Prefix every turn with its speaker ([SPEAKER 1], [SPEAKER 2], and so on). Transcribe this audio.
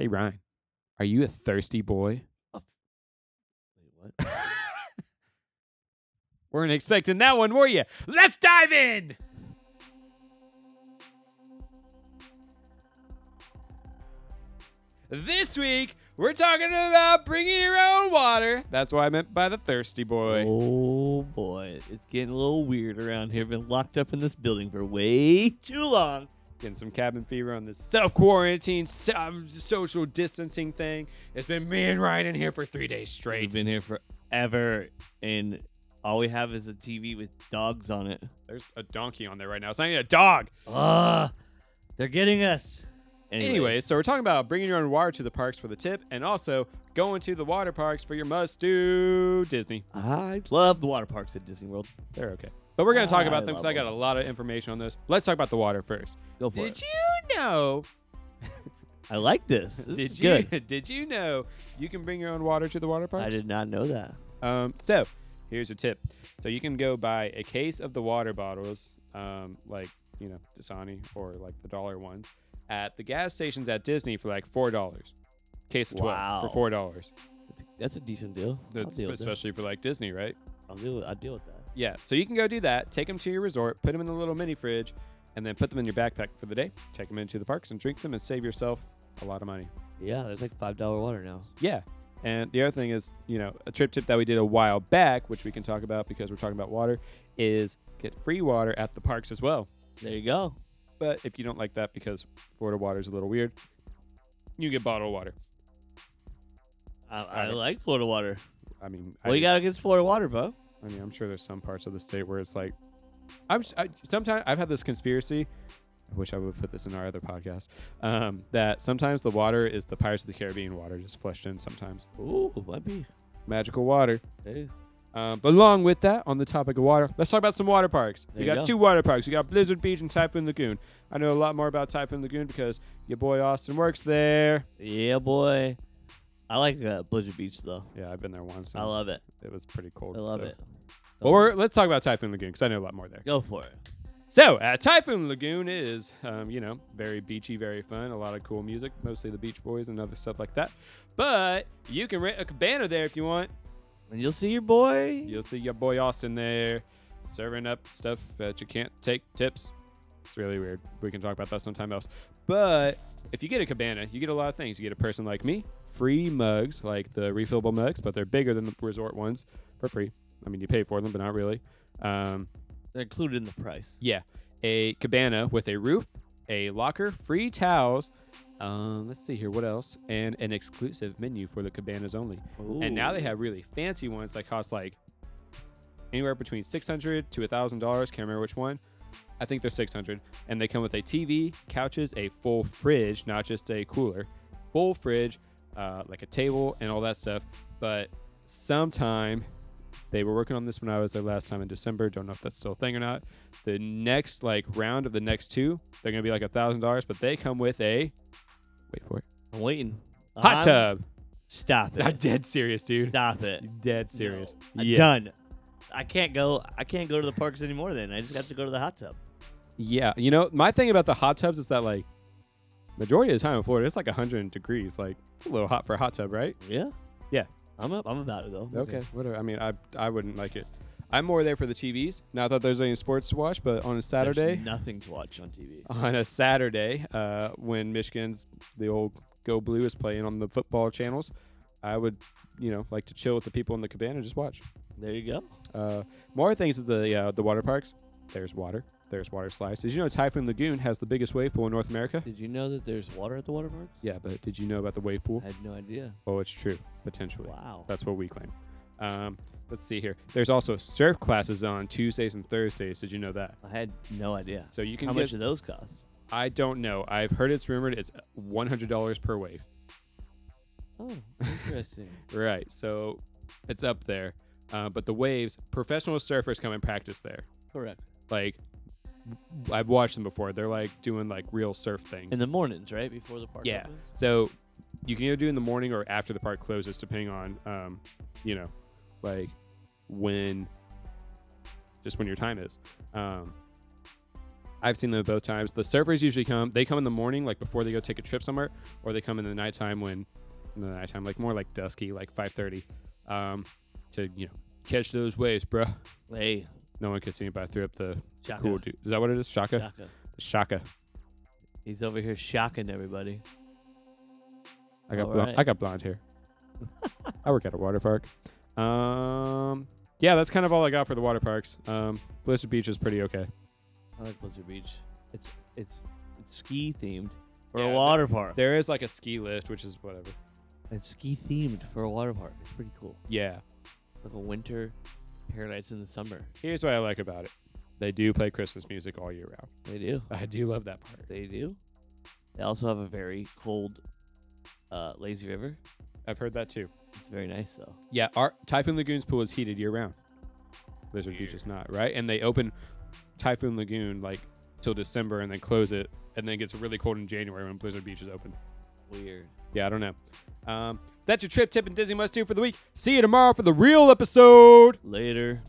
[SPEAKER 1] Ryan, are you a thirsty boy?
[SPEAKER 2] Wait, what?
[SPEAKER 1] Weren't expecting that one, were you? Let's dive in. This week, we're talking about bringing your own water. That's what I meant by the thirsty boy.
[SPEAKER 2] Oh boy, it's getting a little weird around here. Been locked up in this building for way too long.
[SPEAKER 1] Getting some cabin fever on this self quarantine, social distancing thing. It's been me and Ryan in here for three days
[SPEAKER 2] We've
[SPEAKER 1] straight.
[SPEAKER 2] been here forever, and all we have is a TV with dogs on it.
[SPEAKER 1] There's a donkey on there right now. It's not even a dog.
[SPEAKER 2] Ah, they're getting us. Anyways,
[SPEAKER 1] Anyway, so we're talking about bringing your own water to the parks for the tip and also going to the water parks for your must do Disney.
[SPEAKER 2] I love the water parks at Disney World.
[SPEAKER 1] They're okay. But we're going to talk
[SPEAKER 2] I
[SPEAKER 1] about them because
[SPEAKER 2] love
[SPEAKER 1] I got a
[SPEAKER 2] them.
[SPEAKER 1] lot of information on this. Let's talk about the water first.
[SPEAKER 2] Go for
[SPEAKER 1] Did
[SPEAKER 2] it.
[SPEAKER 1] you know?
[SPEAKER 2] I like this. This
[SPEAKER 1] did
[SPEAKER 2] is
[SPEAKER 1] you
[SPEAKER 2] good.
[SPEAKER 1] did you know you can bring your own water to the water parks?
[SPEAKER 2] I did not know that.
[SPEAKER 1] Um, so here's a tip. So you can go buy a case of the water bottles, um, like you know Dasani or like the dollar ones, at the gas stations at Disney for like four dollars. Case of twelve for
[SPEAKER 2] Wow.
[SPEAKER 1] four dollars.
[SPEAKER 2] That's a decent deal. I'll
[SPEAKER 1] That's
[SPEAKER 2] deal with it.
[SPEAKER 1] especially for like Disney, right?
[SPEAKER 2] I'll deal with, I'll deal with that.
[SPEAKER 1] Yeah. So you can go do that. Take them to your resort. Put them in the little mini fridge, and then put them in your backpack for the day. Take them into the parks and drink them, and save yourself a lot of money.
[SPEAKER 2] Yeah, there's like five dollar water now.
[SPEAKER 1] Yeah. And the other thing is, you know, a trip tip that we did a while back, which we can talk about because we're talking about water, is get free water at the parks as well.
[SPEAKER 2] There you go.
[SPEAKER 1] But if you don't like that because Florida water is a little weird, you get bottled water.
[SPEAKER 2] I, I
[SPEAKER 1] Got it.
[SPEAKER 2] like Florida water.
[SPEAKER 1] I mean,
[SPEAKER 2] What
[SPEAKER 1] I,
[SPEAKER 2] you got against Florida water, bro?
[SPEAKER 1] I mean, I'm sure there's some parts of the state where it's like, I'm s- I, sometimes I've had this conspiracy. I wish I would put this in our other podcast. Um, that sometimes the water is the Pirates of the Caribbean water just flushed in sometimes.
[SPEAKER 2] Ooh, might be.
[SPEAKER 1] Magical water.
[SPEAKER 2] Hey,
[SPEAKER 1] Um, but along with that, on the topic of water, let's talk about some water parks. we
[SPEAKER 2] There you
[SPEAKER 1] got
[SPEAKER 2] go.
[SPEAKER 1] two water parks. We got Blizzard Beach and Typhoon Lagoon. I know a lot more about Typhoon Lagoon because your boy Austin works there.
[SPEAKER 2] Yeah, boy. I like uh, Blizzard Beach though.
[SPEAKER 1] Yeah, I've been there once.
[SPEAKER 2] I
[SPEAKER 1] and
[SPEAKER 2] love it.
[SPEAKER 1] it was pretty cold.
[SPEAKER 2] I love
[SPEAKER 1] so-
[SPEAKER 2] it.
[SPEAKER 1] But we're, let's talk about Typhoon Lagoon because I know a lot more there.
[SPEAKER 2] Go for it.
[SPEAKER 1] So, uh, Typhoon Lagoon is, um, you know, very beachy, very fun, a lot of cool music, mostly the Beach Boys and other stuff like that. But you can rent a cabana there if you want.
[SPEAKER 2] And you'll see your boy.
[SPEAKER 1] You'll see your boy Austin there serving up stuff that you can't take tips. It's really weird. We can talk about that sometime else. But if you get a cabana, you get a lot of things. You get a person like me, free mugs, like the refillable mugs, but they're bigger than the resort ones for free. I mean, you pay for them, but not really. Um,
[SPEAKER 2] They're included in the price.
[SPEAKER 1] yeah, a cabana with a roof, a locker, free towels. Um, let's see here, what else? And an exclusive menu for the cabanas only. And now they have really fancy ones that cost like anywhere between six hundred to thousand dollars. Can't remember which one. I think they're six hundred, and they come with a TV, couches, a full fridge, not just a cooler, full fridge, uh, like a table and all that stuff. But sometime they were working on this when I was there last time in December. Don't know if that's still a thing or not. The next like round of the next two, they're gonna be like a thousand dollars, but they come with a wait for it
[SPEAKER 2] I'm waiting.
[SPEAKER 1] hot
[SPEAKER 2] I'm-
[SPEAKER 1] tub.
[SPEAKER 2] Stop
[SPEAKER 1] I'm
[SPEAKER 2] it.
[SPEAKER 1] dead serious, dude.
[SPEAKER 2] Stop it.
[SPEAKER 1] Dead serious.
[SPEAKER 2] No. I'm done. I can't go. I can't go to the parks anymore. Then I just have to go to the hot tub.
[SPEAKER 1] Yeah, you know, my thing about the hot tubs is that like majority of the time in Florida, it's like 100 degrees. Like it's a little hot for a hot tub, right?
[SPEAKER 2] Yeah.
[SPEAKER 1] Yeah.
[SPEAKER 2] I'm up. I'm about to go.
[SPEAKER 1] whatever. I mean, I I wouldn't like it. I'm more there for the TVs. Not that there's any sports to watch, but on a
[SPEAKER 2] There's
[SPEAKER 1] Saturday,
[SPEAKER 2] nothing to watch on TV.
[SPEAKER 1] on a Saturday, uh, when Michigan's the old Go Blue is playing on the football channels, I would, you know, like to chill with the people in the cabana and just watch.
[SPEAKER 2] There you go.
[SPEAKER 1] Uh, more things at the uh, the water parks. There's water. There's water slides. Did you know Typhoon Lagoon has the biggest wave pool in North America?
[SPEAKER 2] Did you know that there's water at the water parks?
[SPEAKER 1] Yeah, but did you know about the wave pool?
[SPEAKER 2] I had no idea.
[SPEAKER 1] Oh, it's true. Potentially.
[SPEAKER 2] Wow.
[SPEAKER 1] That's what we claim. Um, let's see here. There's also surf classes on Tuesdays and Thursdays. Did you know that?
[SPEAKER 2] I had no idea.
[SPEAKER 1] So you can
[SPEAKER 2] How
[SPEAKER 1] get.
[SPEAKER 2] much do those cost?
[SPEAKER 1] I don't know. I've heard it's rumored it's $100 per wave.
[SPEAKER 2] Oh, interesting.
[SPEAKER 1] Right. So it's up there. Uh, but the waves, professional surfers come and practice there.
[SPEAKER 2] Correct.
[SPEAKER 1] Like, I've watched them before. They're like doing like real surf things.
[SPEAKER 2] In the mornings, right before the park.
[SPEAKER 1] Yeah.
[SPEAKER 2] opens?
[SPEAKER 1] So you can either do it in the morning or after the park closes, depending on, um, you know, like when, just when your time is. Um, I've seen them both times. The surfers usually come. They come in the morning, like before they go take a trip somewhere, or they come in the nighttime when, in the nighttime, like more like dusky, like five thirty, um, to you know catch those waves, bruh.
[SPEAKER 2] Hey,
[SPEAKER 1] No one could see me, but I threw up the
[SPEAKER 2] Shaka.
[SPEAKER 1] cool dude. Is that what it is? Shaka.
[SPEAKER 2] Shaka.
[SPEAKER 1] Shaka.
[SPEAKER 2] He's over here shocking everybody.
[SPEAKER 1] I got
[SPEAKER 2] All
[SPEAKER 1] blonde,
[SPEAKER 2] right.
[SPEAKER 1] I got blonde hair. I work at a water park. Um, yeah, that's kind of all I got for the water parks. Um, Blizzard Beach is pretty okay.
[SPEAKER 2] I like Blizzard Beach. It's it's it's ski themed for
[SPEAKER 1] Yeah,
[SPEAKER 2] a
[SPEAKER 1] they-
[SPEAKER 2] water park.
[SPEAKER 1] There is like a ski lift, which is whatever.
[SPEAKER 2] It's ski themed for a water park. It's pretty cool.
[SPEAKER 1] Yeah.
[SPEAKER 2] Like a winter paradise in the summer.
[SPEAKER 1] Here's what I like about it. They do play Christmas music all year round.
[SPEAKER 2] They do.
[SPEAKER 1] I do love that part.
[SPEAKER 2] They do. They also have a very cold uh, lazy river.
[SPEAKER 1] I've heard that too.
[SPEAKER 2] It's very nice though.
[SPEAKER 1] Yeah, our Typhoon Lagoon's pool is heated year round. Blizzard Beach is not, right? And they open Typhoon Lagoon like till December and then close it and then it gets really cold in January when Blizzard Beach is open.
[SPEAKER 2] Weird.
[SPEAKER 1] Yeah, I don't know. Um, that's your trip, tip, and Disney must do for the week. See you tomorrow for the real episode.
[SPEAKER 2] Later.